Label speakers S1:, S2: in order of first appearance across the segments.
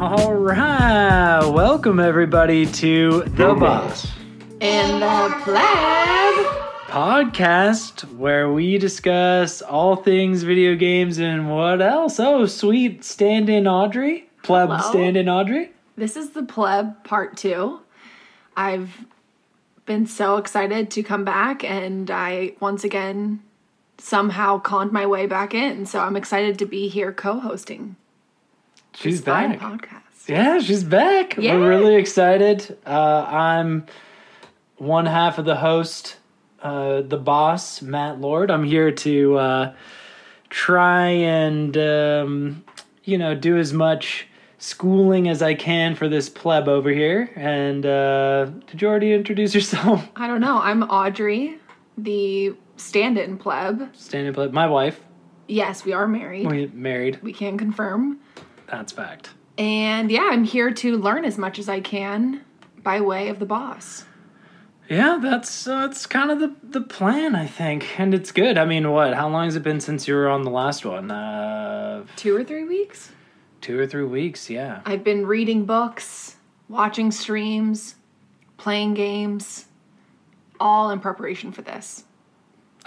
S1: All right. Welcome, everybody, to The Boss
S2: in the plaid.
S1: podcast, where we discuss all things video games and what else. Oh, sweet stand in Audrey. Pleb
S2: Hello?
S1: stand in Audrey.
S2: This is the pleb part two. I've been so excited to come back, and I once again somehow conned my way back in. So I'm excited to be here co-hosting
S1: She's,
S2: this fine
S1: back.
S2: podcast.
S1: Yeah, she's back.
S2: Yeah.
S1: We're really excited. Uh, I'm one half of the host, uh, the boss, Matt Lord. I'm here to uh, try and, um, you know, do as much schooling as I can for this pleb over here. And uh, did you already introduce yourself?
S2: I don't know. I'm Audrey, the stand-in pleb.
S1: Standing pleb. My wife.
S2: Yes, we are married.
S1: We married.
S2: We can confirm.
S1: That's fact.
S2: And yeah, I'm here to learn as much as I can by way of the boss.
S1: Yeah, that's uh, that's kind of the the plan, I think, and it's good. I mean, what? How long has it been since you were on the last one? Uh,
S2: Two or three weeks?
S1: two or three weeks, yeah.
S2: I've been reading books, watching streams, playing games, all in preparation for this.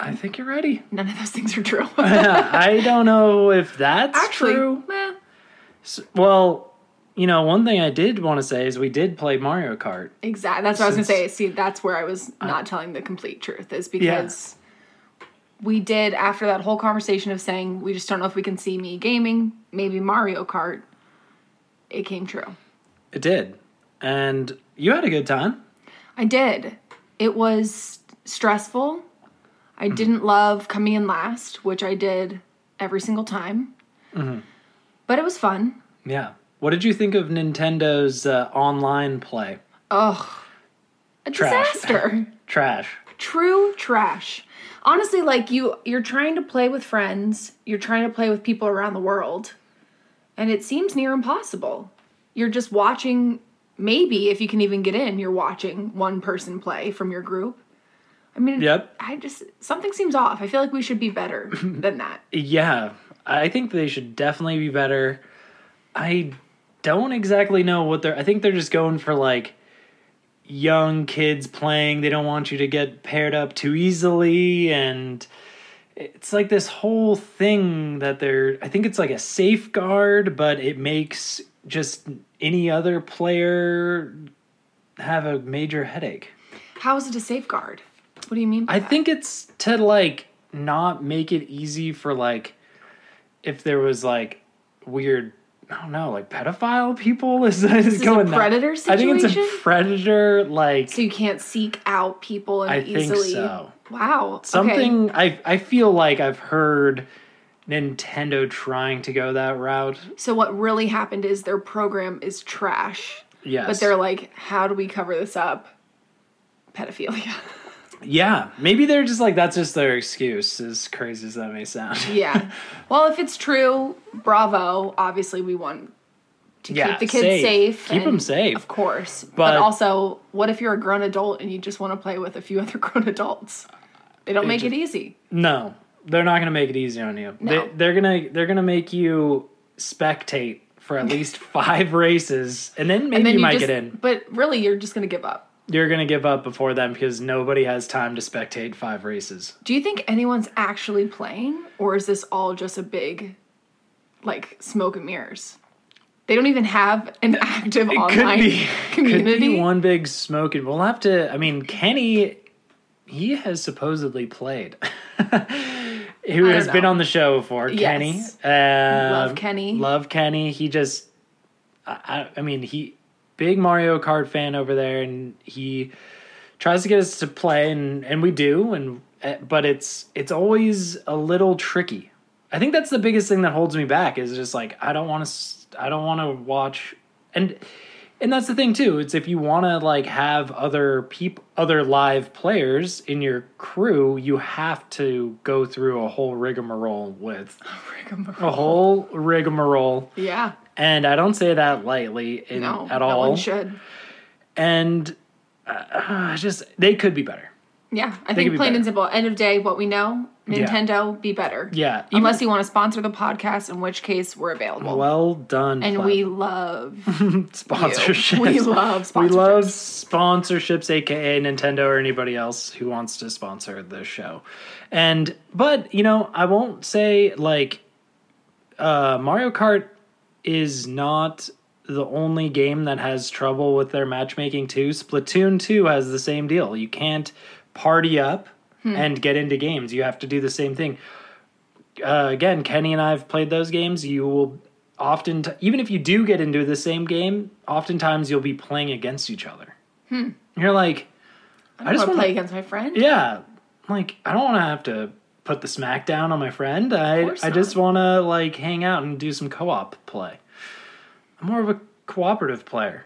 S1: I think you're ready.
S2: None of those things are true.
S1: I don't know if that's
S2: Actually,
S1: true.
S2: meh.
S1: S- Well, you know, one thing I did want to say is we did play Mario Kart.
S2: exactly. That's what I was
S1: Since- Uh,
S2: gonna say. See, that's where I was not telling the complete truth is because we did after that whole conversation of saying we just don't know if we can see me gaming, maybe Mario Kart. It came true.
S1: It did, and you had a good time.
S2: I did. It was stressful. I didn't love coming in last, which I did every single time. But it was fun.
S1: Yeah. What did you think of Nintendo's uh, online play?
S2: Ugh. A
S1: Trash.
S2: disaster.
S1: Trash.
S2: True trash. Honestly, like you you're trying to play with friends, you're trying to play with people around the world, and it seems near impossible. You're just watching maybe if you can even get in, you're watching one person play from your group. I mean,
S1: Yep.
S2: I just something seems off. I feel like we should be better than that.
S1: Yeah, I think they should definitely be better. I don't exactly know what they're. I think they're just going for like young kids playing. They don't want you to get paired up too easily, and it's like this whole thing that they're. I think it's like a safeguard, but it makes just any other player have a major headache.
S2: How is it a safeguard? What do you mean? By
S1: I
S2: that?
S1: think it's to like not make it easy for like if there was like weird I don't know like pedophile people is, is
S2: is a
S1: going that-
S2: predator
S1: I think it's a
S2: situation?
S1: predator like
S2: so. You can't seek out people and
S1: I think
S2: easily.
S1: so.
S2: Wow. okay.
S1: something I I feel like I've heard Nintendo trying to go that route.
S2: So what really happened is their program is trash.
S1: Yes.
S2: But they're like, how do we cover this up? Pedophilia.
S1: yeah, maybe they're just like that's just their excuse as crazy as that may sound.
S2: yeah. Well, if it's true, bravo. Obviously, we want to
S1: Yeah,
S2: keep the kids
S1: safe.
S2: safe.
S1: Keep 'em
S2: and-
S1: safe.
S2: Of course. But,
S1: But-
S2: also, what if you're a grown adult and you just want to play with a few other grown adults? They don't make
S1: ju-
S2: it easy.
S1: No, they're not going to make it easy on you.
S2: No.
S1: They, they're gonna they're gonna make you spectate for at least five races, and then maybe
S2: And then
S1: you,
S2: you,
S1: might
S2: just,
S1: get in.
S2: But really, you're just going to give up.
S1: You're gonna give up before then because nobody has time to spectate five races.
S2: Do you think anyone's actually playing, or is this all just a big, like, smoke and mirrors? They don't even have an active online community.
S1: could be one big smoke, and we'll have to. I mean, Kenny, he has supposedly played. Who
S2: don't
S1: has been
S2: know.
S1: on the show before? Kenny,
S2: Yes.
S1: Um,
S2: Love Kenny.
S1: love Kenny. He just, I, I, I mean, he big Mario Kart fan over there, and he tries to get us to play, and and we do, and eh, but it's it's always a little tricky. I think that's the biggest thing that holds me back is just like I don't want to I don't want to watch and and that's the thing too. It's if you want to like have other people other live players in your crew, you have to go through a whole rigmarole with a whole rigmarole
S2: Yeah.
S1: and I don't say that lightly in,
S2: No.
S1: at
S2: no
S1: all.
S2: one should.
S1: And uh, uh, just they could be better.
S2: Yeah. I
S1: could
S2: think
S1: be
S2: plain
S1: better.
S2: and simple. End of day, what we know,
S1: Yeah.
S2: Nintendo, be better.
S1: Yeah, even-
S2: Unless you want to sponsor the podcast, in which case we're available.
S1: Well done.
S2: and
S1: Plaid.
S2: we love
S1: sponsorships.
S2: We love
S1: We love
S2: sponsorships.
S1: sponsorships, aka Nintendo or anybody else who wants to sponsor the show. And but you know, I won't say like uh, Mario Kart is not the only game that has trouble with their matchmaking too. Splatoon two has the same deal. You can't party up
S2: Hmm.
S1: and get into games. You have to do the same thing uh, again, Kenny and I have played those games. You will often, even if you do get into the same game, oftentimes you'll be playing against each other. Hmm. You're like, I,
S2: I
S1: just
S2: just
S1: want
S2: play against my friend.
S1: yeah, like I don't want to have to put the smack down on my friend. I
S2: course
S1: I just want to like hang out and do some co-op play. I'm more of a cooperative player.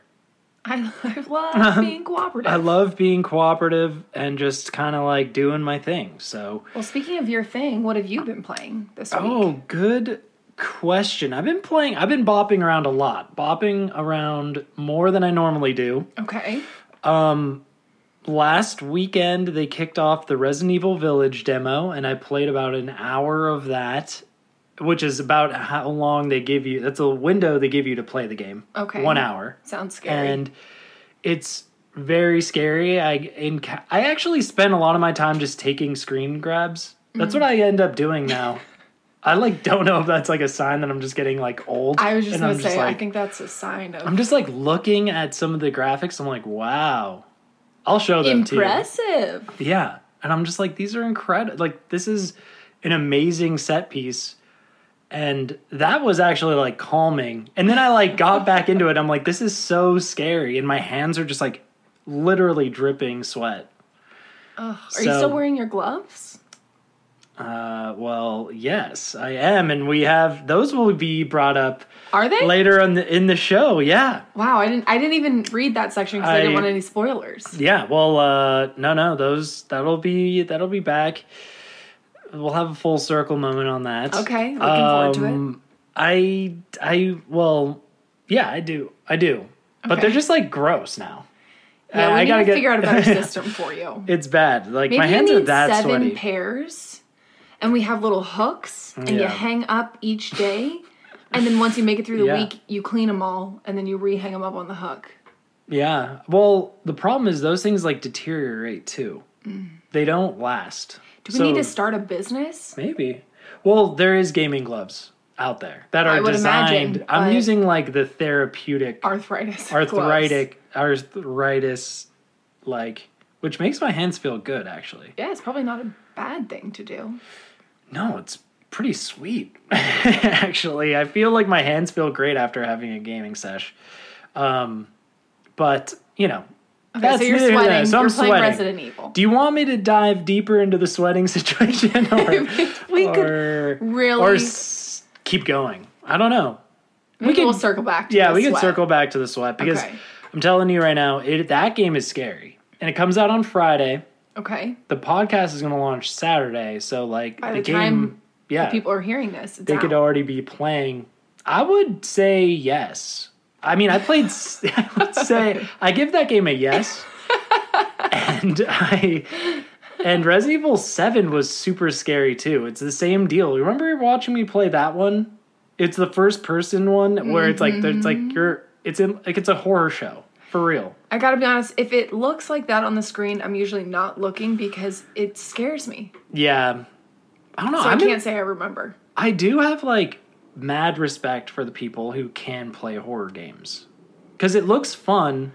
S2: I, I love being cooperative.
S1: I love being cooperative and just kind of like doing my thing. So
S2: well, speaking of your thing, what have you been playing this week?
S1: Oh, good question. I've been playing, I've been bopping around a lot, bopping around more than I normally do.
S2: Okay.
S1: Last weekend, they kicked off the Resident Evil Village demo, and I played about an hour of that, which is about how long they give you. That's a window they give you to play the game.
S2: Okay.
S1: One hour.
S2: Sounds scary.
S1: And it's very scary. I enc- I actually spend a lot of my time just taking screen grabs. That's
S2: Mm-hmm.
S1: what I end up doing now. I like don't know if that's like a sign that I'm just getting like old.
S2: I was just
S1: and
S2: gonna
S1: I'm
S2: say,
S1: like,
S2: I think that's a sign of
S1: I'm just like looking at some of the graphics. I'm like, wow. I'll show them
S2: impressive.
S1: to you. Yeah, and I'm just like, these are incredible. Like this is an amazing set piece. And that was actually like calming. And then I like got back into it. I'm like, this is so scary. And my hands are just like literally dripping sweat.
S2: Ugh. Are you
S1: So-
S2: still wearing your gloves?
S1: Uh, well, yes, I am, and we have those will be brought up
S2: Are they?
S1: later on the, in the show. Yeah,
S2: Wow, I didn't. I didn't even read that section because I,
S1: I-
S2: didn't want any spoilers.
S1: yeah. Well, uh, no, no, those that'll be that'll be back. We'll have a full circle moment on that. Um,
S2: Okay, looking forward to it.
S1: I, I, well, yeah, I do, I do, but
S2: Okay.
S1: they're just like gross now.
S2: Yeah,
S1: Uh,
S2: we
S1: I
S2: need
S1: gotta
S2: to
S1: get-
S2: figure out a better system for you.
S1: It's bad. Like
S2: Maybe
S1: my
S2: you
S1: hands
S2: need
S1: are that
S2: seven
S1: sweaty.
S2: pairs, and we have little hooks, and you
S1: Yeah.
S2: hang up each day, and then once you make it through the
S1: Yeah.
S2: week, you clean them all, and then you rehang them up on the hook.
S1: Yeah. Well, the problem is those things like deteriorate too. They don't last.
S2: Mm. Do we
S1: So,
S2: need to start a business?
S1: Maybe. Well, there is gaming gloves out there that are
S2: I would imagine,
S1: designed. I'm
S2: but-
S1: using like the therapeutic
S2: Arthritis. gloves.
S1: arthritic arthritis, like which makes my hands feel good actually.
S2: Yeah, it's probably not a bad thing to do.
S1: No, it's pretty sweet. Actually, I feel like my hands feel great after having a gaming sesh. Um, but you know,
S2: Okay, so you're
S1: neither here nor there.
S2: sweating.
S1: So I'm
S2: you're playing
S1: sweating.
S2: Resident Evil.
S1: Do you want me to dive deeper into the sweating situation, or
S2: we could
S1: or,
S2: really-
S1: or s- keep going? I don't know.
S2: we
S1: could-
S2: can, we'll circle back. To
S1: Yeah,
S2: the
S1: we can
S2: sweat.
S1: circle back to the sweat because
S2: Okay.
S1: I'm telling you right now, it, that game is scary, and it comes out on Friday.
S2: Okay,
S1: The podcast is going to launch Saturday, so like
S2: By
S1: the,
S2: the
S1: game,
S2: time
S1: yeah,
S2: people are hearing this. It's
S1: they could
S2: out.
S1: already be playing. I would say yes. I mean, I played. s- I would say I give that game a yes. and I and Resident Evil Seven was super scary too. It's the same deal. Remember watching me play that one? It's the first person one where it's like there's
S2: Mm-hmm.
S1: like you're it's in like it's a horror show for real.
S2: I gotta be honest. If it looks like that on the screen, I'm usually not looking because it scares me.
S1: Yeah, I don't know.
S2: So I
S1: I'm in-
S2: can't say I remember.
S1: I do have like mad respect for the people who can play horror games because it looks fun,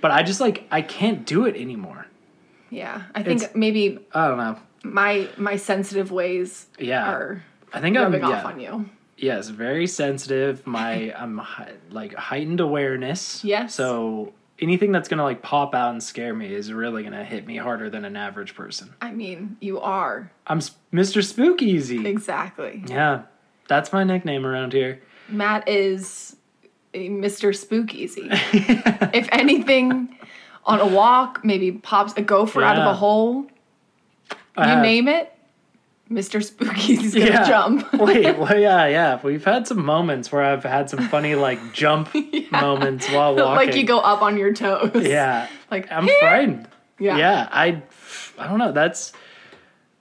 S1: but I just like I can't do it anymore.
S2: Yeah, I think
S1: It's-
S2: maybe
S1: I don't know.
S2: my my sensitive ways
S1: Yeah,
S2: are
S1: I think I'm
S2: rubbing
S1: yeah,
S2: off on you.
S1: yes, very sensitive. My I'm hei- like heightened awareness.
S2: Yes.
S1: So anything that's gonna like pop out and scare me is really gonna hit me harder than an average person.
S2: I mean, you are
S1: I'm s- Mr. Spookeasy.
S2: exactly.
S1: Yeah, that's my nickname around here.
S2: Matt is a Mr. Spookeasy. if anything, on a walk, maybe pops a gopher out of
S1: Yeah.
S2: a hole. You
S1: Uh,
S2: name it, Mr. Spooky's gonna
S1: yeah.
S2: jump.
S1: Wait, well, yeah, yeah. We've had some moments where I've had some funny like jump moments while walking.
S2: like you go up on your toes.
S1: Yeah,
S2: Like
S1: I'm
S2: "Here!"
S1: frightened.
S2: Yeah.
S1: Yeah. I, I don't know. That's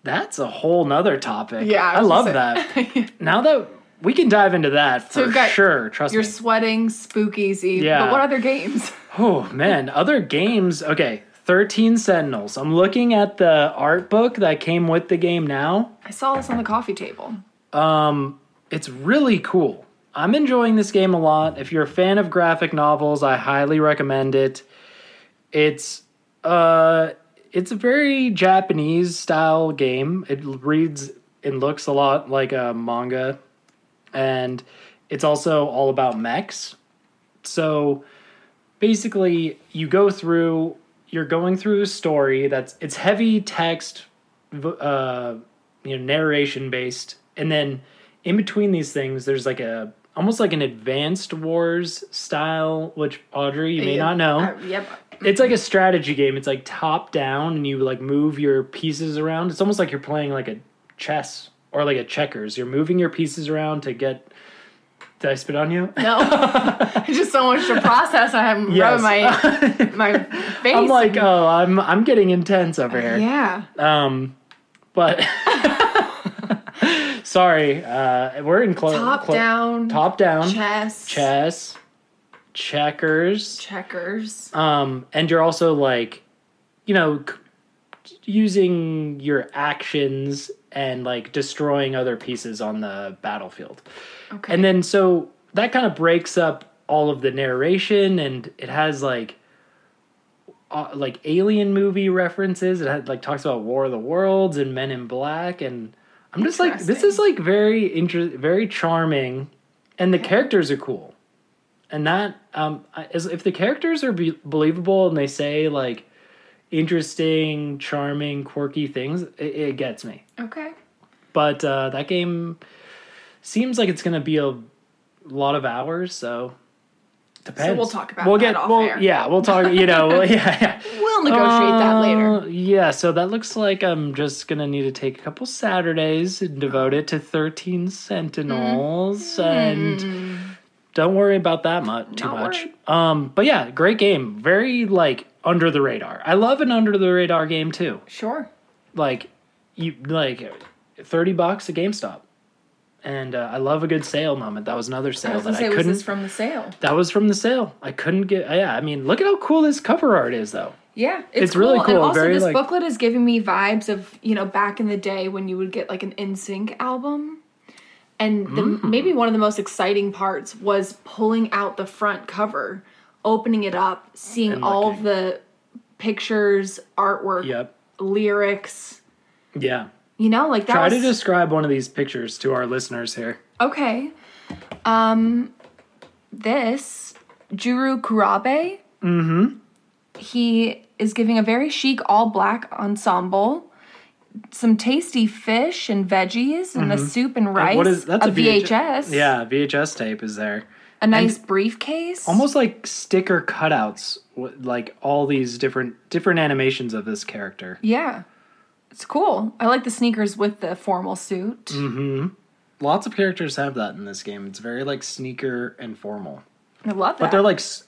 S1: That's a whole nother topic.
S2: Yeah,
S1: I,
S2: was
S1: love
S2: gonna
S1: that.
S2: say-
S1: Now that we can dive into that
S2: So
S1: for
S2: we've got
S1: sure. Trust
S2: You're
S1: me.
S2: sweating, spookies, Eve.
S1: Yeah.
S2: But what other games?
S1: Oh man, other games. Okay, Thirteen Sentinels. I'm looking at the art book that came with the game now.
S2: I saw this on the coffee table.
S1: Um, It's really cool. I'm enjoying this game a lot. If you're a fan of graphic novels, I highly recommend it. It's uh it's a very Japanese style game. It reads and looks a lot like a manga and it's also all about mechs. So basically you go through you're going through a story that's it's heavy text v- uh you know narration based and then in between these things there's like a almost like an advanced wars style which audrey you may not know
S2: Uh, yep.
S1: it's like a strategy game. It's like top down, and you like move your pieces around. It's almost like you're playing like a chess or like a checkers. You're moving your pieces around to get. Did I spit on you?
S2: No. Just so much to process. I haven't
S1: Yes.
S2: rubbed my my face.
S1: I'm like, oh, I'm I'm getting intense over here.
S2: yeah.
S1: Um, but sorry, uh, we're in close.
S2: Top down.
S1: Top down.
S2: Chess.
S1: Chess. Checkers.
S2: Checkers.
S1: um and you're also like you know c- using your actions and like destroying other pieces on the battlefield
S2: Okay.
S1: and then so that kind of breaks up all of the narration and it has like uh, like alien movie references it had like talks about war of the worlds and men in black and i'm just like this
S2: Interesting.
S1: is like very inter- very charming and the characters are cool and that um I- as if the characters are be- believable and they say like interesting charming quirky things it, it gets me
S2: okay.
S1: but uh, that game seems like it's going to be a lot of hours, so depends.
S2: we'll talk about
S1: we'll
S2: that
S1: get
S2: off
S1: we'll-
S2: air.
S1: yeah we'll talk you know well, yeah yeah
S2: We'll negotiate that later.
S1: Uh, yeah so that looks like I'm just gonna need to take a couple Saturdays and devote it to Thirteen Sentinels and don't worry about that much too
S2: Hmm. Not
S1: much
S2: worried.
S1: um but yeah great game very like under the radar I love an under the radar game too
S2: Sure.
S1: like you like 30 bucks at GameStop. And uh, I love a good sale moment. That was another sale
S2: I was
S1: that
S2: gonna say,
S1: I
S2: was
S1: couldn't
S2: this from the sale?
S1: That was from the sale. I couldn't get Yeah, I mean, look at how cool this cover art is though.
S2: Yeah,
S1: It's really cool,
S2: And also,
S1: very,
S2: this
S1: like-
S2: booklet is giving me vibes of you know back in the day when you would get like an NSYNC album, and the,
S1: Mm.
S2: maybe one of the most exciting parts was pulling out the front cover, opening it up, seeing
S1: And
S2: all
S1: looking.
S2: of the pictures, artwork,
S1: Yep.
S2: lyrics.
S1: Yeah.
S2: You know, like that
S1: Try to
S2: was-
S1: describe one of these pictures to our listeners here.
S2: Okay. Um this Juru Kurabe. Mm-hmm. He is giving a very chic all black ensemble, some tasty fish and veggies and a soup and rice.
S1: Mm-hmm. What is that's a, VH-
S2: VHS.
S1: Yeah, VHS tape is there.
S2: A nice briefcase.
S1: Almost like sticker cutouts with, like all these different different animations of this character.
S2: Yeah. It's cool. I like the sneakers with the formal suit.
S1: Mm. Lots of characters have that in this game. It's very like sneaker and formal.
S2: I love that.
S1: But they're like, s-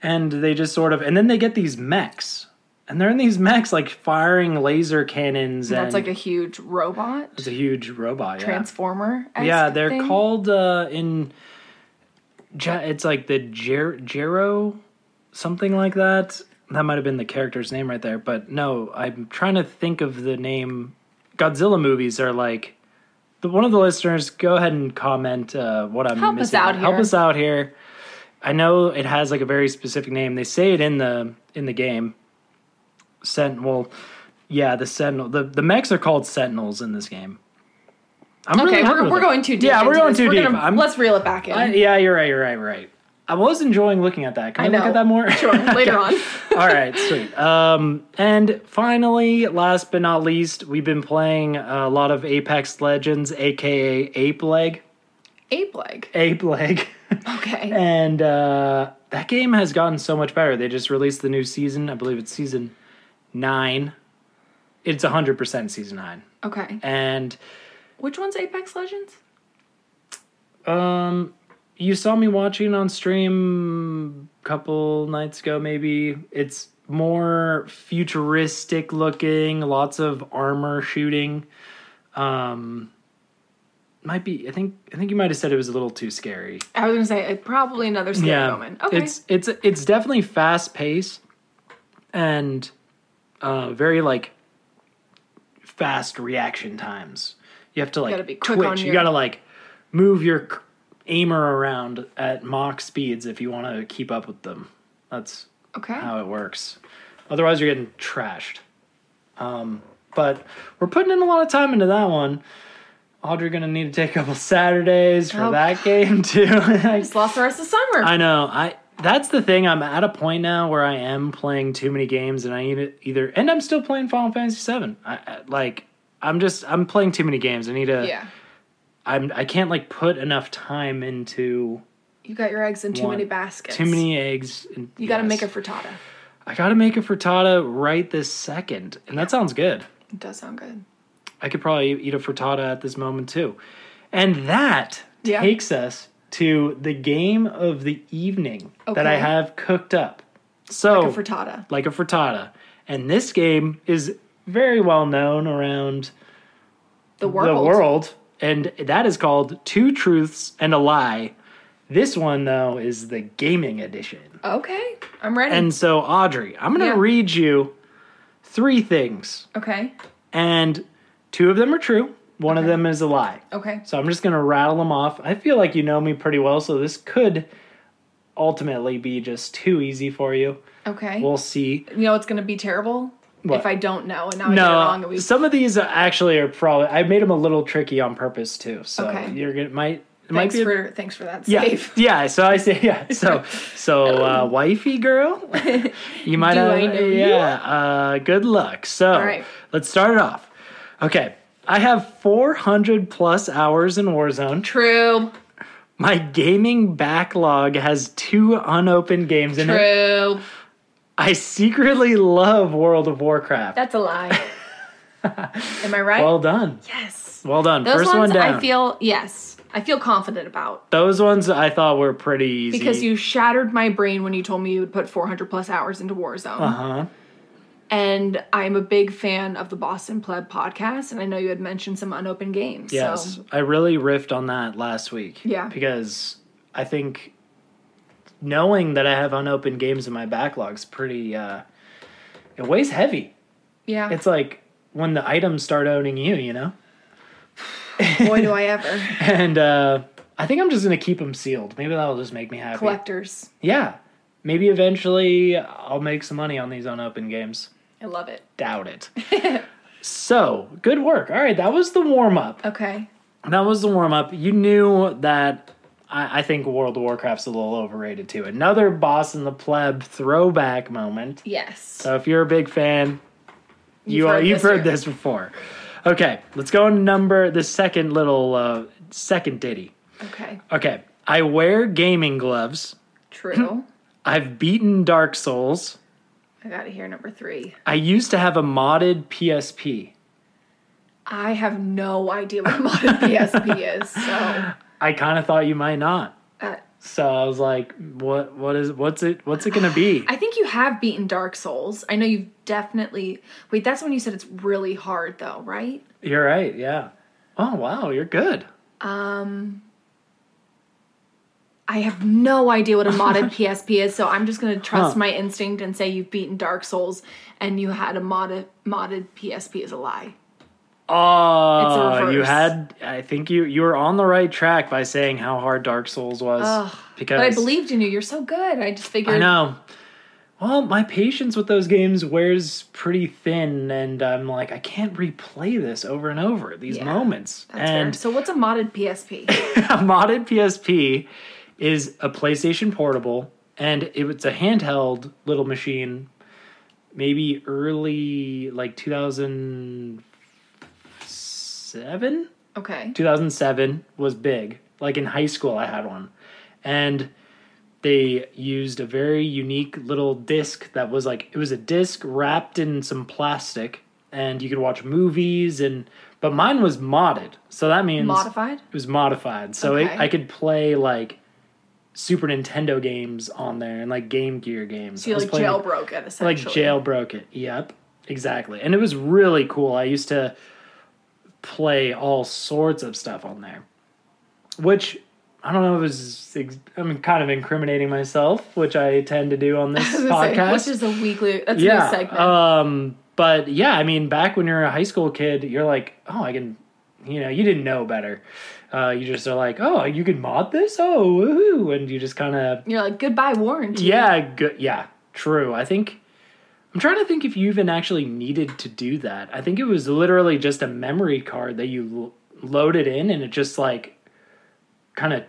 S1: and they just sort of, and then they get these mechs, and they're in these mechs like firing laser cannons.
S2: that's
S1: and
S2: like a huge robot
S1: it's a huge robot. Yeah,
S2: transformer.
S1: yeah they're called uh, in. Ja- It's like the Jer- Jero, something like that. That might have been the character's name right there, but no, I'm trying to think of the name. Godzilla movies are like. The, one of the listeners, go ahead and comment uh, what I'm
S2: Help us
S1: missing.
S2: out
S1: Help
S2: here.
S1: us out here. I know it has like a very specific name. They say it in the in the game. Sentinel. Yeah, the sentinel. The the mechs are called sentinels in this game. I'm really
S2: Okay,
S1: happy
S2: we're,
S1: with
S2: we're
S1: it.
S2: going too deep.
S1: Yeah, we're
S2: into
S1: going
S2: this.
S1: too deep.
S2: gonna-
S1: I'm,
S2: let's reel it back in.
S1: I- yeah, you're right. You're right. You're right. I was enjoying looking at that. Can I,
S2: I know.
S1: look at that more?
S2: sure, later on.
S1: All right, sweet. Um, and finally, last but not least, we've been playing a lot of Apex Legends, aka Ape Leg.
S2: Ape leg.
S1: Ape Leg.
S2: Okay.
S1: and uh, that game has gotten so much better. They just released the new season. I believe it's season nine. It's 100% season nine.
S2: Okay.
S1: And
S2: Which one's Apex Legends?
S1: um, you saw me watching on stream a couple nights ago, maybe. It's more futuristic looking, lots of armor shooting. Um might be I think I think you might have said it was a little too scary.
S2: I was gonna say uh, probably another scary
S1: yeah.
S2: moment. Okay.
S1: It's it's it's definitely fast paced and uh very like fast reaction times. You have to like
S2: gotta be quick
S1: twitch.
S2: on
S1: you
S2: your-
S1: gotta like move your c- aimer around at mock speeds if you want to keep up with them. That's
S2: okay.
S1: how it works. Otherwise, you're getting trashed. Um, but we're putting in a lot of time into that one. Audrey gonna need to take a couple Saturdays for
S2: Oh,
S1: that game too. I,
S2: Just lost the rest of summer.
S1: I know. I that's the thing. I'm at a point now where I am playing too many games, and I need to either. And I'm still playing Final Fantasy VII. I, I like. I'm just. I'm playing too many games. I need to.
S2: yeah.
S1: I'm. I can't like put enough time into
S2: You got your eggs in too
S1: One.
S2: many baskets.
S1: too many eggs. And,
S2: You got to make
S1: yes.
S2: a frittata.
S1: I gotta make a frittata right this second, and that sounds good.
S2: It does sound good.
S1: I could probably eat a frittata at this moment too, and that
S2: Yeah.
S1: takes us to the game of the evening that I
S2: Okay.
S1: have cooked up. So
S2: A frittata.
S1: like a frittata, and this game is very well known around
S2: The world.
S1: the world, and that is called Two Truths and a Lie. This one though is the gaming edition.
S2: Okay. I'm ready.
S1: And so, Audrey, I'm going to
S2: Yeah.
S1: read you three things,
S2: okay.
S1: and two of them are true, one of them is a lie.
S2: Okay.
S1: So, I'm just going to rattle them off. I feel like you know me pretty well, so this could ultimately be just too easy for you.
S2: Okay.
S1: We'll see.
S2: you know it's going to be terrible
S1: What?
S2: if I don't know and now I get it wrong. and
S1: No,
S2: we-
S1: some of these are actually are probably, I made them a little tricky on purpose too. So,
S2: Okay.
S1: you're going to, might, it might
S2: thanks
S1: be a-
S2: for thanks for that
S1: yeah,
S2: save.
S1: yeah. So I say, yeah. So, so uh, wifey girl, you might
S2: Do
S1: have,
S2: I know you?
S1: yeah. Uh, good luck. So,
S2: right.
S1: let's start it off. Okay, I have 400 plus hours in Warzone.
S2: True.
S1: My gaming backlog has two unopened games in it.
S2: True.
S1: I secretly love World of Warcraft.
S2: That's a lie. Am I right?
S1: well done.
S2: yes.
S1: Well done.
S2: Those
S1: First
S2: ones
S1: one down.
S2: I feel yes. I feel confident about
S1: Those ones I thought were pretty easy.
S2: because you shattered my brain when you told me you would put 400 plus hours into Warzone.
S1: Uh huh.
S2: And I'm a big fan of the Boston Pleb podcast and I know you had mentioned some unopened games.
S1: Yes,
S2: So
S1: I really riffed on that last week.
S2: Yeah.
S1: because I think knowing that I have unopened games in my backlog's pretty. Uh, it weighs heavy.
S2: yeah.
S1: It's like when the items start owning you, you know.
S2: boy do I ever.
S1: And uh, I think I'm just gonna keep them sealed. Maybe that'll just make me happy.
S2: Collectors.
S1: Yeah, maybe eventually I'll make some money on these unopened games.
S2: I love it.
S1: Doubt it. so good work. All right, that was the warm up.
S2: Okay.
S1: That was the warm up. You knew that I, I think World of Warcraft's a little overrated too. Another boss in the pleb throwback moment.
S2: Yes.
S1: So if you're a big fan,
S2: You've
S1: you are
S2: heard
S1: you've
S2: this
S1: heard
S2: here.
S1: this before. Okay, let's go on number the second little uh, second ditty.
S2: okay.
S1: Okay, I wear gaming gloves.
S2: True.
S1: I've beaten Dark Souls.
S2: I got to hear number 3.
S1: I used to have a modded PSP.
S2: I have no idea what modern PSP is. So
S1: I kind of thought you might not.
S2: uh,
S1: So I was like, what what is what's it what's it going to be?
S2: I think you have beaten Dark Souls. I know you've definitely. Wait, that's when you said it's really hard, though, right?
S1: You're right. Yeah. Oh wow, you're good.
S2: Um. I have no idea what a modded PSP is, so I'm just gonna trust
S1: Huh.
S2: my instinct and say you've beaten Dark Souls and you had a modded modded PSP is a lie.
S1: Oh, you
S2: reverse.
S1: had. I think you you were on the right track by saying how hard Dark Souls was
S2: Ugh.
S1: because
S2: but I believed in you. You're so good. I just figured.
S1: I know. Well, my patience with those games wears pretty thin, and I'm like, I can't replay this over and over these
S2: Yeah,
S1: moments.
S2: That's fair.
S1: and
S2: So what's a modded PSP?
S1: a modded PSP is a PlayStation Portable, and it, it's a handheld little machine, maybe early like 2007.
S2: Okay.
S1: 2007 was big. Like in high school, I had one, and they used a very unique little disc that was like it was a disc wrapped in some plastic, and you could watch movies and. But mine was modded, so that means
S2: Modified?
S1: it was modified, so it,
S2: Okay.
S1: I could play like Super Nintendo games on there and like Game Gear games.
S2: So
S1: I
S2: you
S1: was
S2: like
S1: playing-
S2: jailbroke it
S1: like
S2: essentially.
S1: jailbroke it. Yep, exactly. And it was really cool. I used to play all sorts of stuff on there, which I don't know. It was ex- I'm kind of incriminating myself, which I tend to do on this
S2: I was gonna say,
S1: podcast.
S2: which is a weekly. That's a
S1: yeah.
S2: new segment.
S1: Um. But yeah, I mean, back when you're a high school kid, you're like, oh, I can. You know, you didn't know better. Uh, you just are like, oh, you can mod this. Oh, woohoo! And you just kind of
S2: You're like goodbye warranty.
S1: yeah, good. Yeah, true. I think I'm trying to think if you even actually needed to do that. I think it was literally just a memory card that you lo- loaded in, and it just like kind of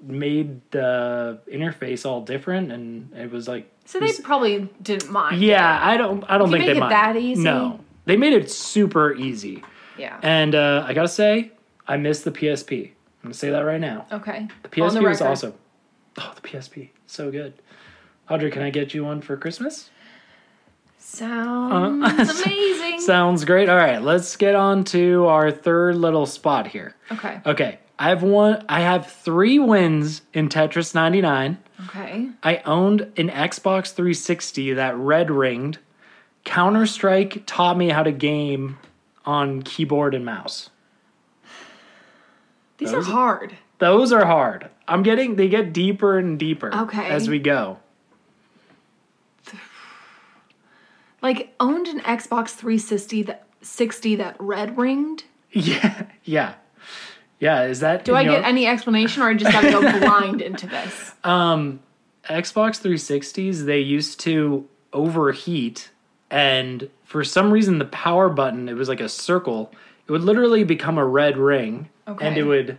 S1: made the interface all different, and it was like
S2: So
S1: it
S2: they
S1: was-
S2: probably didn't mind.
S1: yeah. I don't. I don't
S2: Did
S1: think they
S2: you make it
S1: mind.
S2: that easy?
S1: No, they made it super easy,
S2: Yeah.
S1: and uh, I gotta say, I miss the PSP. I'm gonna say that right now.
S2: okay.
S1: The PSP was
S2: record.
S1: awesome. Oh, the PSP, so good. Audrey, can I get you one for Christmas?
S2: Sounds
S1: Uh,
S2: amazing.
S1: Sounds great. All right, let's get on to our third little spot here.
S2: okay.
S1: Okay, I've won. I have three wins in Tetris 99.
S2: Okay.
S1: I owned an Xbox 360 that red ringed. Counter Strike taught me how to game on keyboard and mouse.
S2: These
S1: Those-
S2: are hard.
S1: Those are hard. I'm getting they get deeper and deeper
S2: Okay.
S1: as we go.
S2: Like owned an Xbox 360 that 60 that red ringed.
S1: Yeah, yeah, yeah. Is that
S2: Do I get any explanation, or I just gotta go blind into this?
S1: Xbox 360s, they used to overheat, and for some reason, the power button, it was like a circle, it would literally become a red ring, and
S2: Okay.
S1: it would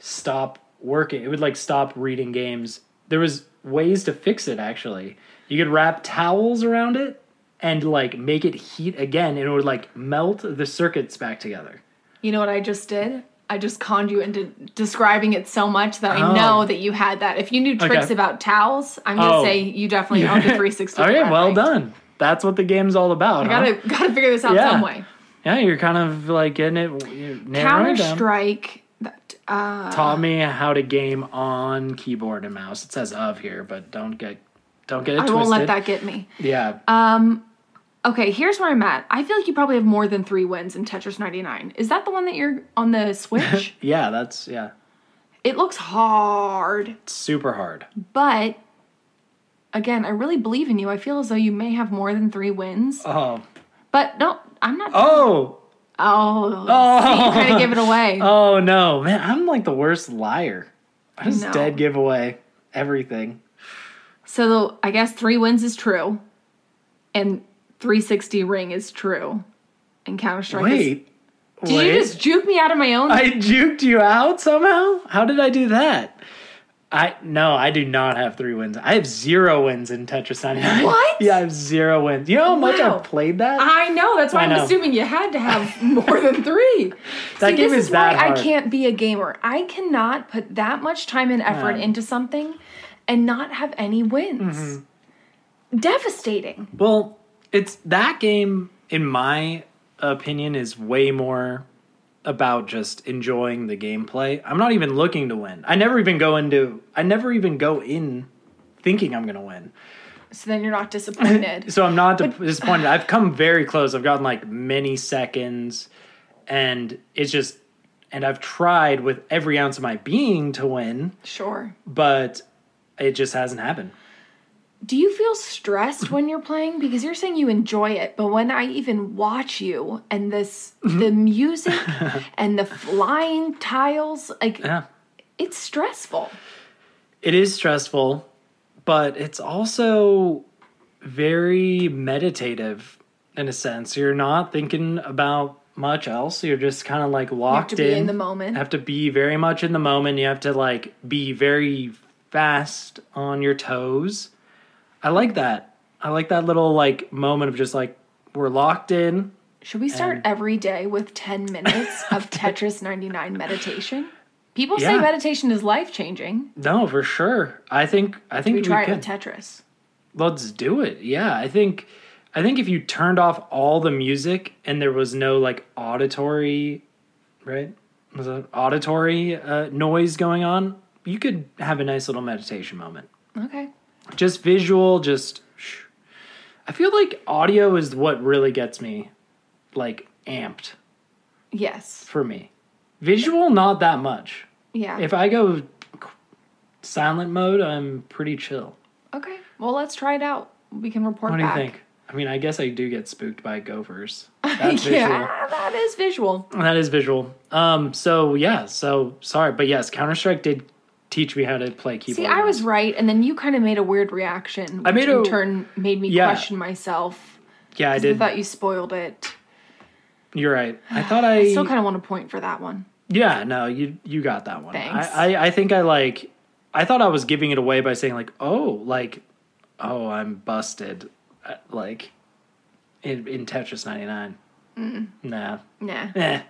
S1: stop working. It would like stop reading games. There was ways to fix it actually. You could wrap towels around it and like make it heat again, and it would like melt the circuits back together.
S2: You know what I just did? I just conned you into describing it so much that I
S1: Oh.
S2: know that you had that. If you knew tricks
S1: Okay.
S2: about towels, I'm gonna
S1: Oh.
S2: say you definitely owned a 360.
S1: okay,
S2: red
S1: Oh, well
S2: ring.
S1: done. That's what the game's all about.
S2: I
S1: huh?
S2: gotta gotta figure this out
S1: Yeah.
S2: some way.
S1: Yeah, you're kind of like getting it. you're narrowing it
S2: Counter
S1: down.
S2: Strike. That uh,
S1: taught me how to game on keyboard and mouse. It says of here, but don't get don't get it
S2: I
S1: twisted.
S2: won't let that Uh, get me.
S1: Yeah.
S2: Okay, here's where I'm at. I feel like you probably have more than three wins in Tetris 99. Is that the one that you're on the Switch?
S1: yeah, that's yeah.
S2: it looks hard,
S1: It's super hard.
S2: but again, I really believe in you. I feel as though you may have more than three wins,
S1: Oh.
S2: but no, I'm not.
S1: Oh.
S2: Oh,
S1: Oh.
S2: you kind of gave it away.
S1: Oh no, man, I'm like the worst liar. I just
S2: No.
S1: dead give away everything.
S2: So the, I guess three wins is true, and 360 ring is true, and Counter Strike. is,
S1: Wait.
S2: did
S1: wait.
S2: you just juke me out of my own?
S1: I juked you out somehow? How did I do that? I no, I do not have three wins. I have zero wins in Tetris 99.
S2: What?
S1: Yeah, I have zero wins. You know how much
S2: Wow.
S1: I've played that?
S2: I know. That's why
S1: I
S2: I'm
S1: know.
S2: assuming you had to have more than three.
S1: That
S2: See,
S1: game
S2: this
S1: is
S2: is, why
S1: that hard.
S2: I can't be a gamer. I cannot put that much time and effort
S1: Yeah.
S2: into something and not have any wins.
S1: Mm-hmm.
S2: Devastating.
S1: Well, it's that game, in my opinion, is way more about just enjoying the gameplay. I'm not even looking to win. I never even go into. I never even go in thinking I'm gonna win.
S2: So then you're not disappointed.
S1: So I'm not disappointed. I've come very close. I've gotten like many seconds, and it's just. And I've tried with every ounce of my being to win,
S2: sure.
S1: but it just hasn't happened.
S2: Do you feel stressed when you're playing? Because you're saying you enjoy it, but when I even watch you and this,
S1: Mm-hmm.
S2: the music and the flying tiles, like
S1: Yeah.
S2: it's stressful.
S1: it is stressful, but it's also very meditative in a sense. You're not thinking about much else. You're just kind of like locked
S2: be in the moment.
S1: Have to be very much in the moment. You have to like be very fast on your toes. I like that. I like that little like moment of just like we're locked in.
S2: Should we start
S1: And-
S2: every day with 10 minutes of Tetris 99 meditation? People say
S1: Yeah.
S2: meditation is life changing.
S1: No, for sure. I think I think
S2: We try it
S1: could.
S2: with Tetris.
S1: let's do it yeah i think i think if you turned off all the music and there was no like auditory right was that auditory uh, noise going on you could have a nice little meditation moment.
S2: Okay.
S1: Just visual, just shh. I feel like audio is what really gets me like amped
S2: Yes.
S1: for me. Visual not that much.
S2: Yeah.
S1: If I go silent mode, I'm pretty chill.
S2: okay. Well, let's try it out. We can report
S1: What do you
S2: back.
S1: think? I mean, I guess I do get spooked by gophers.
S2: yeah,
S1: That's visual.
S2: that is visual.
S1: That is visual. Um, so yeah, so sorry, but yes, Counter Strike did teach me how to play keyboard.
S2: See, I
S1: and
S2: was
S1: mouse.
S2: right, and then you kind of made a weird reaction. Which
S1: I made
S2: in
S1: a-
S2: turn made me
S1: Yeah.
S2: question myself.
S1: yeah, I
S2: 'cause I
S1: did.
S2: thought you spoiled it.
S1: You're right. I thought I,
S2: Still kind of want a point for that one.
S1: yeah, no, you you got that one.
S2: Thanks.
S1: I, I I think I like. I thought I was giving it away by saying like, oh, like, oh, I'm busted, uh, like, in, in Tetris 99.
S2: Mm.
S1: Nah,
S2: Nah.
S1: eh,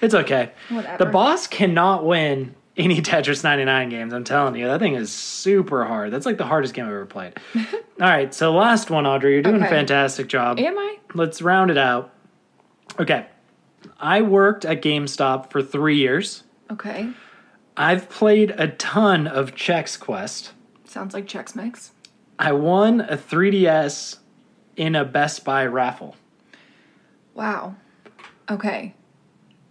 S1: it's okay.
S2: Whatever.
S1: The boss cannot win any Tetris 99 games. I'm telling you, that thing is super hard. That's like the hardest game I've ever played. All right, so last one, Audrey. You're doing
S2: Okay.
S1: a fantastic job.
S2: Am I?
S1: Let's round it out. Okay. I worked at GameStop for three years.
S2: Okay.
S1: I've played a ton of Chex Quest.
S2: Sounds like Chex Mix.
S1: I won a 3DS in a Best Buy raffle.
S2: Wow. Okay.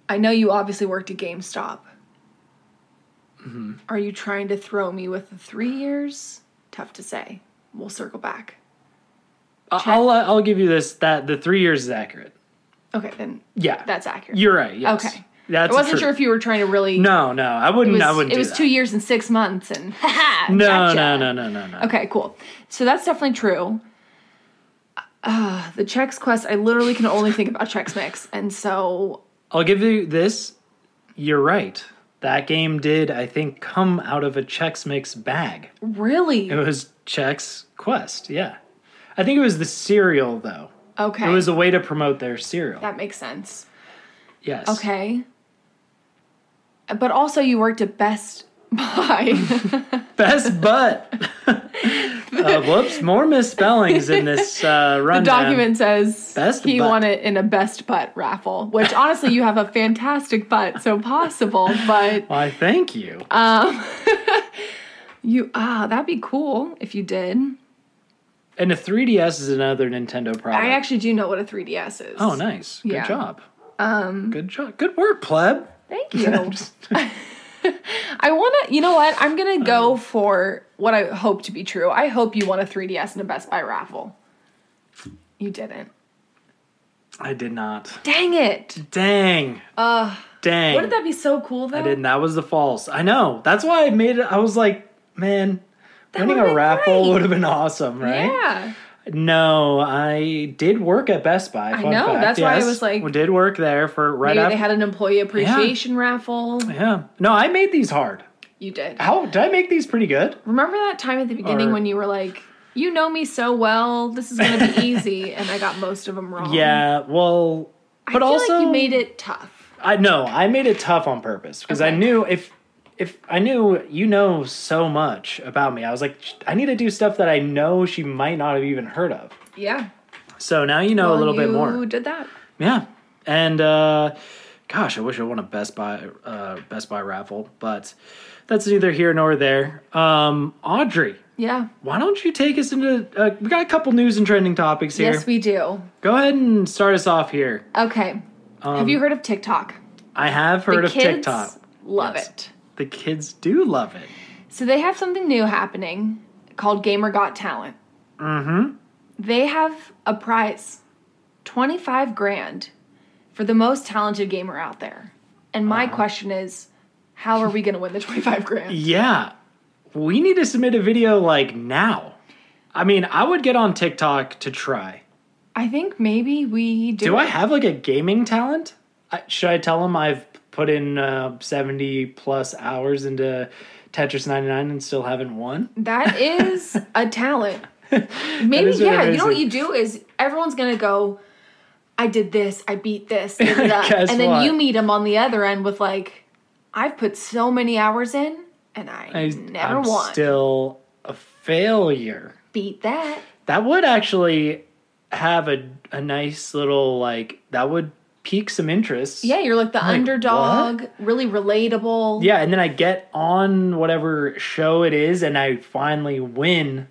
S2: I know you obviously worked at GameStop.
S1: Mm-hmm.
S2: Are you trying to throw me with the three years? Tough to say. We'll circle back.
S1: I- I'll, uh, I'll give you this that the three years is accurate.
S2: Okay, then
S1: Yeah.
S2: that's accurate.
S1: You're right. Yes.
S2: Okay.
S1: That's
S2: I wasn't
S1: true.
S2: sure if you were trying to really.
S1: No, no, I
S2: It
S1: wouldn't.
S2: was,
S1: I wouldn't.
S2: it
S1: do
S2: was
S1: that.
S2: two years and six months, and
S1: No,
S2: gotcha.
S1: no, no, no, no, no.
S2: Okay, cool. So that's definitely true. Uh, the Chex Quest, I literally can only think about Chex Mix, and so
S1: I'll give you this. You're right. That game did, I think, come out of a Chex Mix bag.
S2: really,
S1: It was Chex Quest. Yeah, I think it was the cereal though.
S2: okay,
S1: It was a way to promote their cereal.
S2: that makes sense.
S1: yes.
S2: Okay, but also you worked at Best Buy.
S1: Best butt. uh, whoops. More misspellings in this uh, rundown.
S2: the document says
S1: Best
S2: he
S1: butt.
S2: won it in a Best Butt raffle, which honestly, you have a fantastic butt, so possible, but
S1: Why? Thank you.
S2: Uh, you ah, that'd be cool if you did.
S1: and a 3DS is another Nintendo product.
S2: I actually do know what a 3DS is.
S1: Oh, nice. Good
S2: Yeah.
S1: job. Um, good job. Good work, pleb.
S2: Thank you. I want to, you know what? I'm going to go for what I hope to be true. I hope you won a 3DS in a Best Buy raffle. You didn't.
S1: I did not.
S2: Dang it.
S1: Dang. Uh, Dang.
S2: Wouldn't that be so cool though?
S1: I didn't. That was the false. I know. That's why I made it. I was like, man, winning
S2: would've
S1: a
S2: been
S1: raffle
S2: great.
S1: would have been awesome, right?
S2: Yeah.
S1: No, I did work at Best Buy. fun
S2: know,
S1: fact.
S2: that's why I
S1: Yes,
S2: was like-
S1: we did work there for right
S2: Maybe
S1: after.
S2: they had an employee appreciation raffle.
S1: yeah. No, I made these hard.
S2: You did.
S1: How did I make these pretty good?
S2: Remember that time at the beginning
S1: Or-
S2: when you were like, you know me so well, this is going to be easy, and I got most of them wrong.
S1: Yeah. Well, but
S2: I feel
S1: also
S2: like you made it tough.
S1: I no, I made it tough on purpose because I
S2: Okay.
S1: knew if if I knew you know so much about me, I was like, I need to do stuff that I know she might not have even heard of.
S2: Yeah.
S1: So now you know Oh, a little bit more.
S2: You did that.
S1: Yeah, and uh, gosh, I wish I won a Best Buy uh, Best Buy raffle, but that's neither here nor there. Um, Audrey,
S2: Yeah.
S1: why don't you take us into? Uh, we got a couple news and trending topics here.
S2: Yes, we do.
S1: Go ahead and start us off here.
S2: Okay. Have you heard of TikTok?
S1: I have Um, heard
S2: the
S1: of
S2: kids
S1: TikTok.
S2: love
S1: Yes.
S2: it.
S1: The kids do love it.
S2: So they have something new happening called Gamer Got Talent. Mm-hmm. They have a prize, twenty five grand, for the most talented gamer out there. And my question is, how are we going to win the twenty five grand?
S1: Yeah. We need to submit a video like now. I mean, I would get on TikTok to try.
S2: I think maybe we do.
S1: Do I
S2: it.
S1: have like a gaming talent? I, should I tell them I've put in uh, 70 plus hours into Tetris 99 and still haven't won?
S2: That is a talent. Maybe
S1: is really
S2: yeah. You know what
S1: amazing.
S2: you do is everyone's gonna go. I did this. I beat this. da, da, da."
S1: Guess
S2: and then
S1: what?
S2: you meet them on the other end with like, I've put so many hours in, and I,
S1: I,
S2: never
S1: I'm
S2: won.
S1: still a failure.
S2: beat that.
S1: That would actually have a, a nice little like, that would pique some interest.
S2: Yeah, you're like the
S1: like,
S2: underdog, really relatable.
S1: Yeah, and then I get on whatever show it is and I finally win.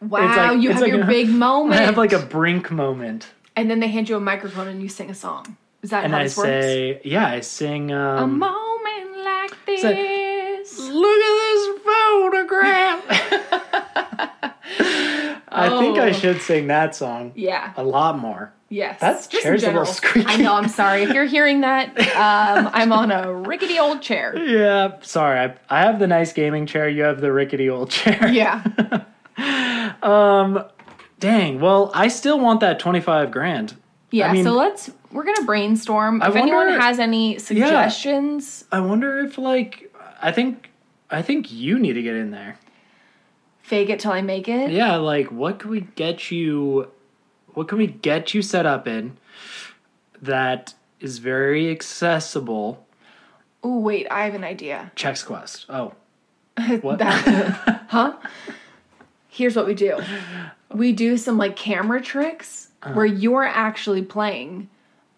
S2: Wow,
S1: like-
S2: you
S1: it's
S2: have
S1: like
S2: your
S1: a-
S2: big moment.
S1: I have like a brink moment.
S2: and then they hand you a microphone and you sing a song. Is that
S1: And
S2: how
S1: I
S2: this works?
S1: say, yeah, I sing
S2: A
S1: um
S2: moment like this.
S1: like- Look at this photograph. I think I
S2: Oh.
S1: should sing that song
S2: yeah.
S1: a lot more.
S2: Yes.
S1: That's
S2: Just in
S1: chair's a little
S2: general.
S1: squeaky.
S2: I know. I'm sorry if you're hearing that. Um, I'm on a rickety old chair.
S1: Yeah, sorry. I, I have the nice gaming chair. You have the rickety old chair.
S2: Yeah.
S1: Dang. Well, I still want that 25 grand.
S2: Yeah.
S1: I mean-
S2: so let's we're gonna brainstorm. if anyone
S1: wonder-
S2: has any suggestions
S1: I wonder if like I think I think you need to get in there.
S2: fake it till I make it.
S1: Yeah, like what can we get you what can we get you set up in that is very accessible?
S2: Oh wait, I have an idea.
S1: Checks Quest. Oh. What?
S2: That, huh? Here's what we do. We do some like camera tricks
S1: Uh-huh.
S2: where you're actually playing.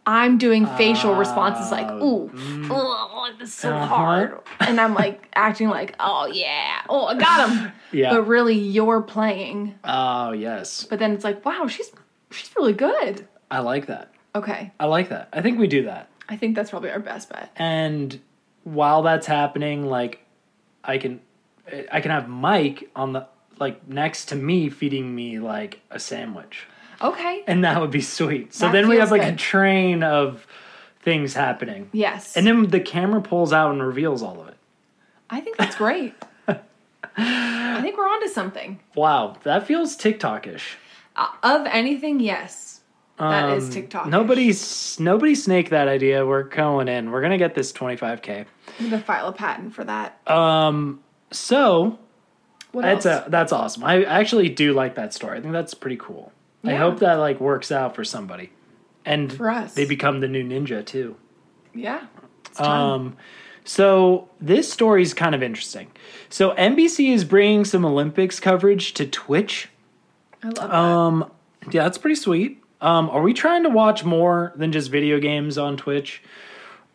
S2: I'm doing facial responses like, ooh, oh, this is so
S1: mm. Uh-huh.
S2: hard. And I'm like acting like, oh yeah, oh, I got him.
S1: Yeah.
S2: But really, you're playing.
S1: oh, yes.
S2: But then it's like, wow, she's she's really good.
S1: I like that.
S2: Okay,
S1: I like that. I think we do that.
S2: I think that's probably our best bet.
S1: and while that's happening like i can i can have mike on the like next to me feeding me like a sandwich
S2: Okay.
S1: and that would be sweet so
S2: That
S1: then we
S2: feels
S1: have like a
S2: good.
S1: train of things happening
S2: Yes.
S1: and then the camera pulls out and reveals all of it
S2: I think that's great. I think we're onto something.
S1: wow that feels tiktokish Um,
S2: Uh, of anything, yes. That is TikTok.
S1: nobody s- nobody snake that idea we're going in we're gonna get this 25k
S2: I'm gonna file a patent for that.
S1: um so
S2: What
S1: That's
S2: else?
S1: a, that's awesome. I actually do like that story. I think that's pretty cool. I
S2: Yeah.
S1: hope that like works out for somebody, and
S2: For us.
S1: they become the new ninja too.
S2: yeah. It's time.
S1: Um, so this story is kind of interesting. So NBC is bringing some Olympics coverage to Twitch.
S2: I love that.
S1: Um, yeah, that's pretty sweet. Um, are we trying to watch more than just video games on Twitch?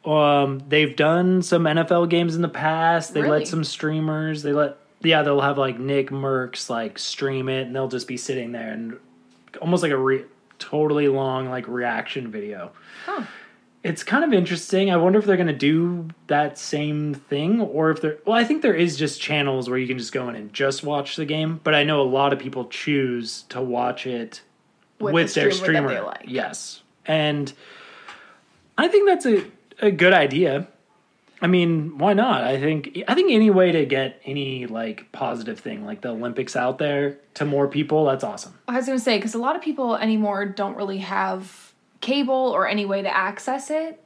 S1: Um, they've done some NFL games in the past. They
S2: Really?
S1: let some streamers. They let yeah, they'll have like Nick Merckx like stream it, and they'll just be sitting there and almost like a re- totally long like reaction video.
S2: Huh.
S1: It's kind of interesting. I wonder if they're gonna do that same thing, or if they're well. I think there is just channels where you can just go in and just watch the game, but I know a lot of people choose to watch it with,
S2: the
S1: their
S2: streamer
S1: streamer.
S2: that they like.
S1: Yes. And I think that's a, a good idea. I mean, why not? I think I think any way to get any like positive thing like the Olympics out there to more people, that's awesome.
S2: I was gonna say because a lot of people anymore don't really have cable or any way to access it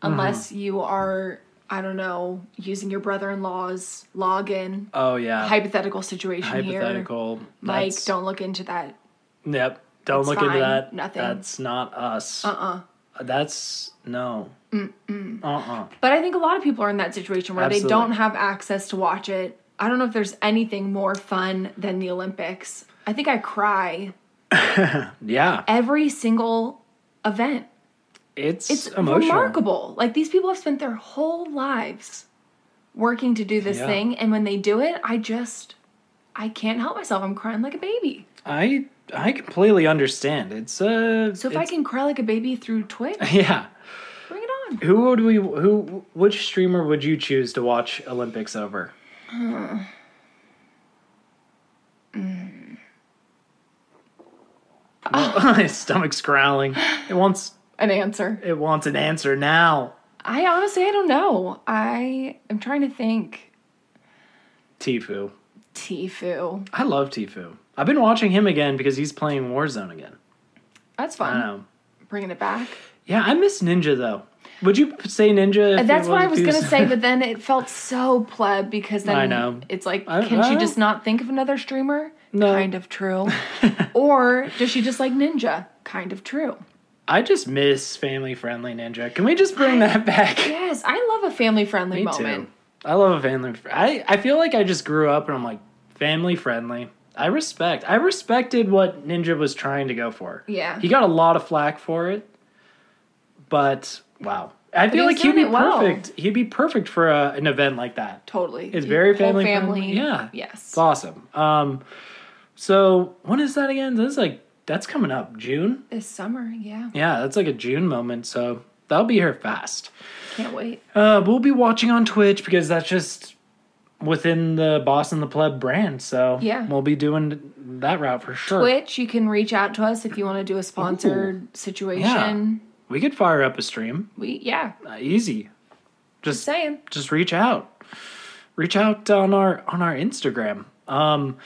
S2: unless
S1: Mm-hmm.
S2: you are I don't know using your brother-in-law's login.
S1: Oh yeah.
S2: Hypothetical situation here.
S1: Hypothetical.
S2: Mike,
S1: That's-
S2: don't look into that.
S1: Yep. Don't
S2: It's
S1: look
S2: fine.
S1: into that.
S2: Nothing.
S1: That's not us.
S2: Uh uh
S1: That's no. Mm-mm. Uh-uh.
S2: But I think a lot of people are in that situation where they
S1: Absolutely.
S2: don't have access to watch it. I don't know if there's anything more fun than the Olympics. I think I cry
S1: Yeah.
S2: every single event.
S1: It's,
S2: It's
S1: emotional.
S2: remarkable. Like these people have spent their whole lives working to do this
S1: Yeah.
S2: thing and when they do it, I just I can't help myself. I'm crying like a baby.
S1: I I completely understand. It's uh
S2: So if I
S1: it's-
S2: can cry like a baby through Twitch,
S1: Yeah.
S2: bring it on.
S1: Who would we? Who? Which streamer would you choose to watch Olympics over?
S2: Hmm.
S1: My stomach's growling. It wants.
S2: An answer.
S1: It wants an answer now.
S2: I honestly I don't know. I am trying to think.
S1: Tifu.
S2: Tfue.
S1: I love Tifu. I've been watching him again because he's playing Warzone again.
S2: That's
S1: I
S2: fun.
S1: don't know.
S2: bringing it back.
S1: Yeah, I miss Ninja though. Would you say Ninja? if it
S2: That's what I was
S1: if he
S2: gonna say, but then it felt so pleb because then
S1: I know.
S2: it's like,
S1: I-
S2: can
S1: I
S2: she
S1: don't-
S2: just not think of another streamer?
S1: No.
S2: Kind of true. or does she just like Ninja? Kind of true.
S1: I just miss family friendly Ninja. Can we just bring that back?
S2: Yes, I love a family friendly
S1: Me
S2: moment.
S1: I love a family. fr- I I feel like I just grew up and I'm like family friendly. I respect. I respected what Ninja was trying to go for.
S2: Yeah.
S1: He got a lot of flack for it, but Wow. I feel
S2: he's
S1: like he'd be
S2: doing it well.
S1: perfect. He'd be perfect for a, an event like that.
S2: Totally.
S1: It's
S2: The
S1: very
S2: whole
S1: family,
S2: family.
S1: friendly. Yeah.
S2: Yes.
S1: It's awesome. Um, so when is that again? That's like that's coming up June.
S2: This summer, yeah.
S1: Yeah, that's like a June moment. So that'll be here fast.
S2: Can't wait.
S1: Uh, we'll be watching on Twitch because that's just within the Boss and the Pleb brand. So
S2: Yeah.
S1: we'll be doing that route for sure.
S2: Twitch, you can reach out to us if you want to do a sponsored situation.
S1: We could fire up a stream
S2: We yeah,
S1: uh, easy.
S2: just saying.
S1: just reach out reach out on our on our instagram um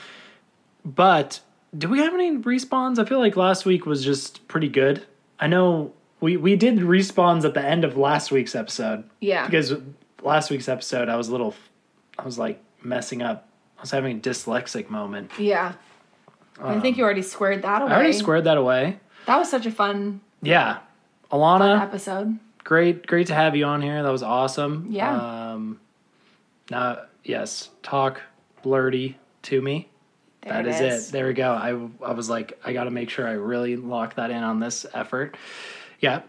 S1: but do we have any respawns i feel like last week was just pretty good i know we we did respawns at the end of last week's episode
S2: Yeah.
S1: because last week's episode i was a little i was like messing up i was having a dyslexic moment
S2: Yeah. I think you already squared that away.
S1: i already squared that away
S2: That was such a fun
S1: yeah alana
S2: episode.
S1: great great to have you on here that was awesome
S2: Yeah.
S1: um now yes talk blurty to me
S2: There
S1: That is it. There we go. I I was like, I got to make sure I really lock that in on this effort. Yeah.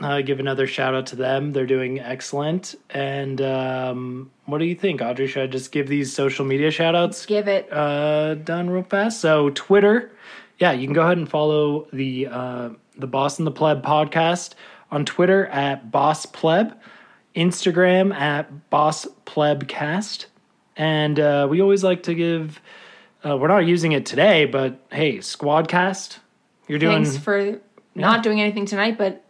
S1: Uh, give another shout out to them. They're doing excellent. And um, what do you think, Audrey? Should I just give these social media shout outs
S2: Give it.
S1: uh, done real fast? So, Twitter. Yeah, you can go ahead and follow the uh, the Boss and the Pleb podcast on Twitter at Boss Pleb, Instagram at Boss Plebcast. And uh, we always like to give uh, we're not using it today, but hey, Squadcast, you're doing
S2: Thanks for not doing anything tonight, but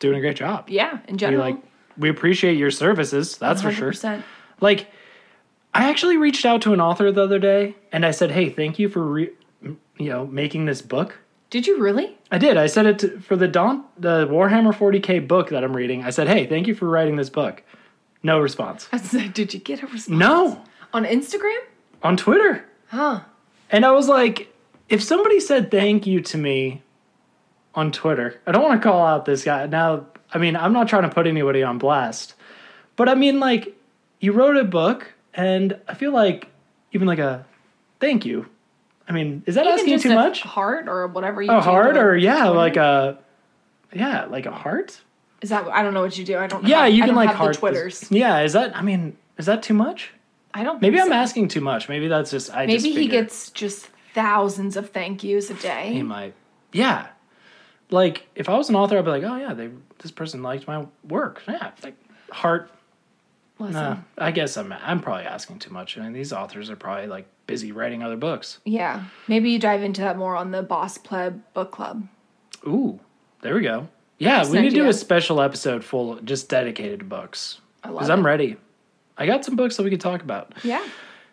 S1: doing a great job.
S2: yeah, in
S1: We
S2: general.
S1: like we appreciate your services, that's for sure.
S2: 100%.
S1: Like I actually reached out to an author the other day and I said, "Hey, thank you for re- m- you know, making this book."
S2: Did you really?
S1: I did. I said it to, for the Daunt, the Warhammer 40K book that I'm reading. I said, "Hey, thank you for writing this book." No response.
S2: I said, Did you get a response?
S1: No,
S2: On Instagram?
S1: on Twitter.
S2: Huh.
S1: And I was like, if somebody said thank you to me on Twitter, I don't want to call out this guy. Now, I mean, I'm not trying to put anybody on blast, but I mean, like, you wrote a book, and I feel like even like a thank you. I mean, is that
S2: Even
S1: asking
S2: just
S1: too
S2: a
S1: much?
S2: Heart or whatever you
S1: A
S2: do
S1: heart
S2: to-
S1: or, yeah, like a, yeah, like a heart?
S2: Is that I don't know what you do. I don't
S1: Yeah,
S2: have-
S1: you
S2: I
S1: can
S2: don't
S1: like
S2: have
S1: heart.
S2: the Twitters.
S1: Yeah, is that, I mean, is that too much?
S2: I don't
S1: Maybe
S2: think
S1: I'm
S2: so.
S1: asking too much. Maybe that's just, I just
S2: Maybe he
S1: figure-
S2: gets just thousands of thank yous a day.
S1: He might. Yeah. Like if I was an author, I'd be like, oh yeah, they this person liked my work. Yeah. Like heart.
S2: Listen.
S1: Uh, I guess I'm I'm probably asking too much. I mean, these authors are probably like busy writing other books.
S2: Yeah. Maybe you dive into that more on the Boss Pleb book club.
S1: Ooh, there we go. Yeah,
S2: an
S1: we need to do
S2: idea.
S1: a special episode full just dedicated to books
S2: I love
S1: because
S2: it.
S1: I'm ready. I got some books that we could talk about.
S2: Yeah.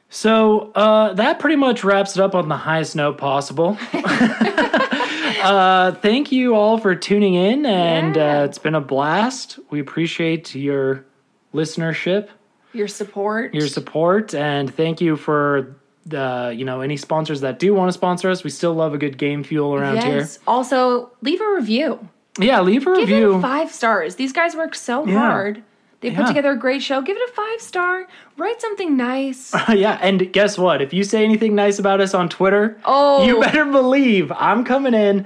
S1: So uh, that pretty much wraps it up on the highest note possible. uh, thank you all for tuning in, and
S2: Yeah.
S1: uh, it's been a blast. We appreciate your listenership,
S2: Your support.
S1: your support, and thank you for the you know any sponsors that do want to sponsor us. We still love a good game fuel around
S2: Yes. Also, leave a review.
S1: here. Yeah, leave a
S2: Give it
S1: review.
S2: five stars. These guys work so hard. They put
S1: Yeah.
S2: together a great show. Give it a five star. Write something nice.
S1: yeah, and guess what? If you say anything nice about us on Twitter,
S2: Oh.
S1: you better believe I'm coming in.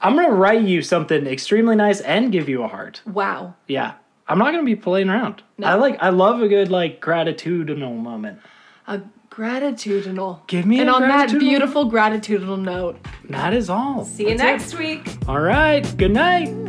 S1: I'm gonna write you something extremely nice and give you a heart.
S2: Wow.
S1: Yeah. I'm not gonna be playing around. I like I love a good like gratitudinal moment.
S2: A gratitudinal.
S1: Give me
S2: and
S1: a
S2: on that
S1: gratitudinal-
S2: beautiful gratitudinal note.
S1: That is all.
S2: See you next week.
S1: All right. Good night.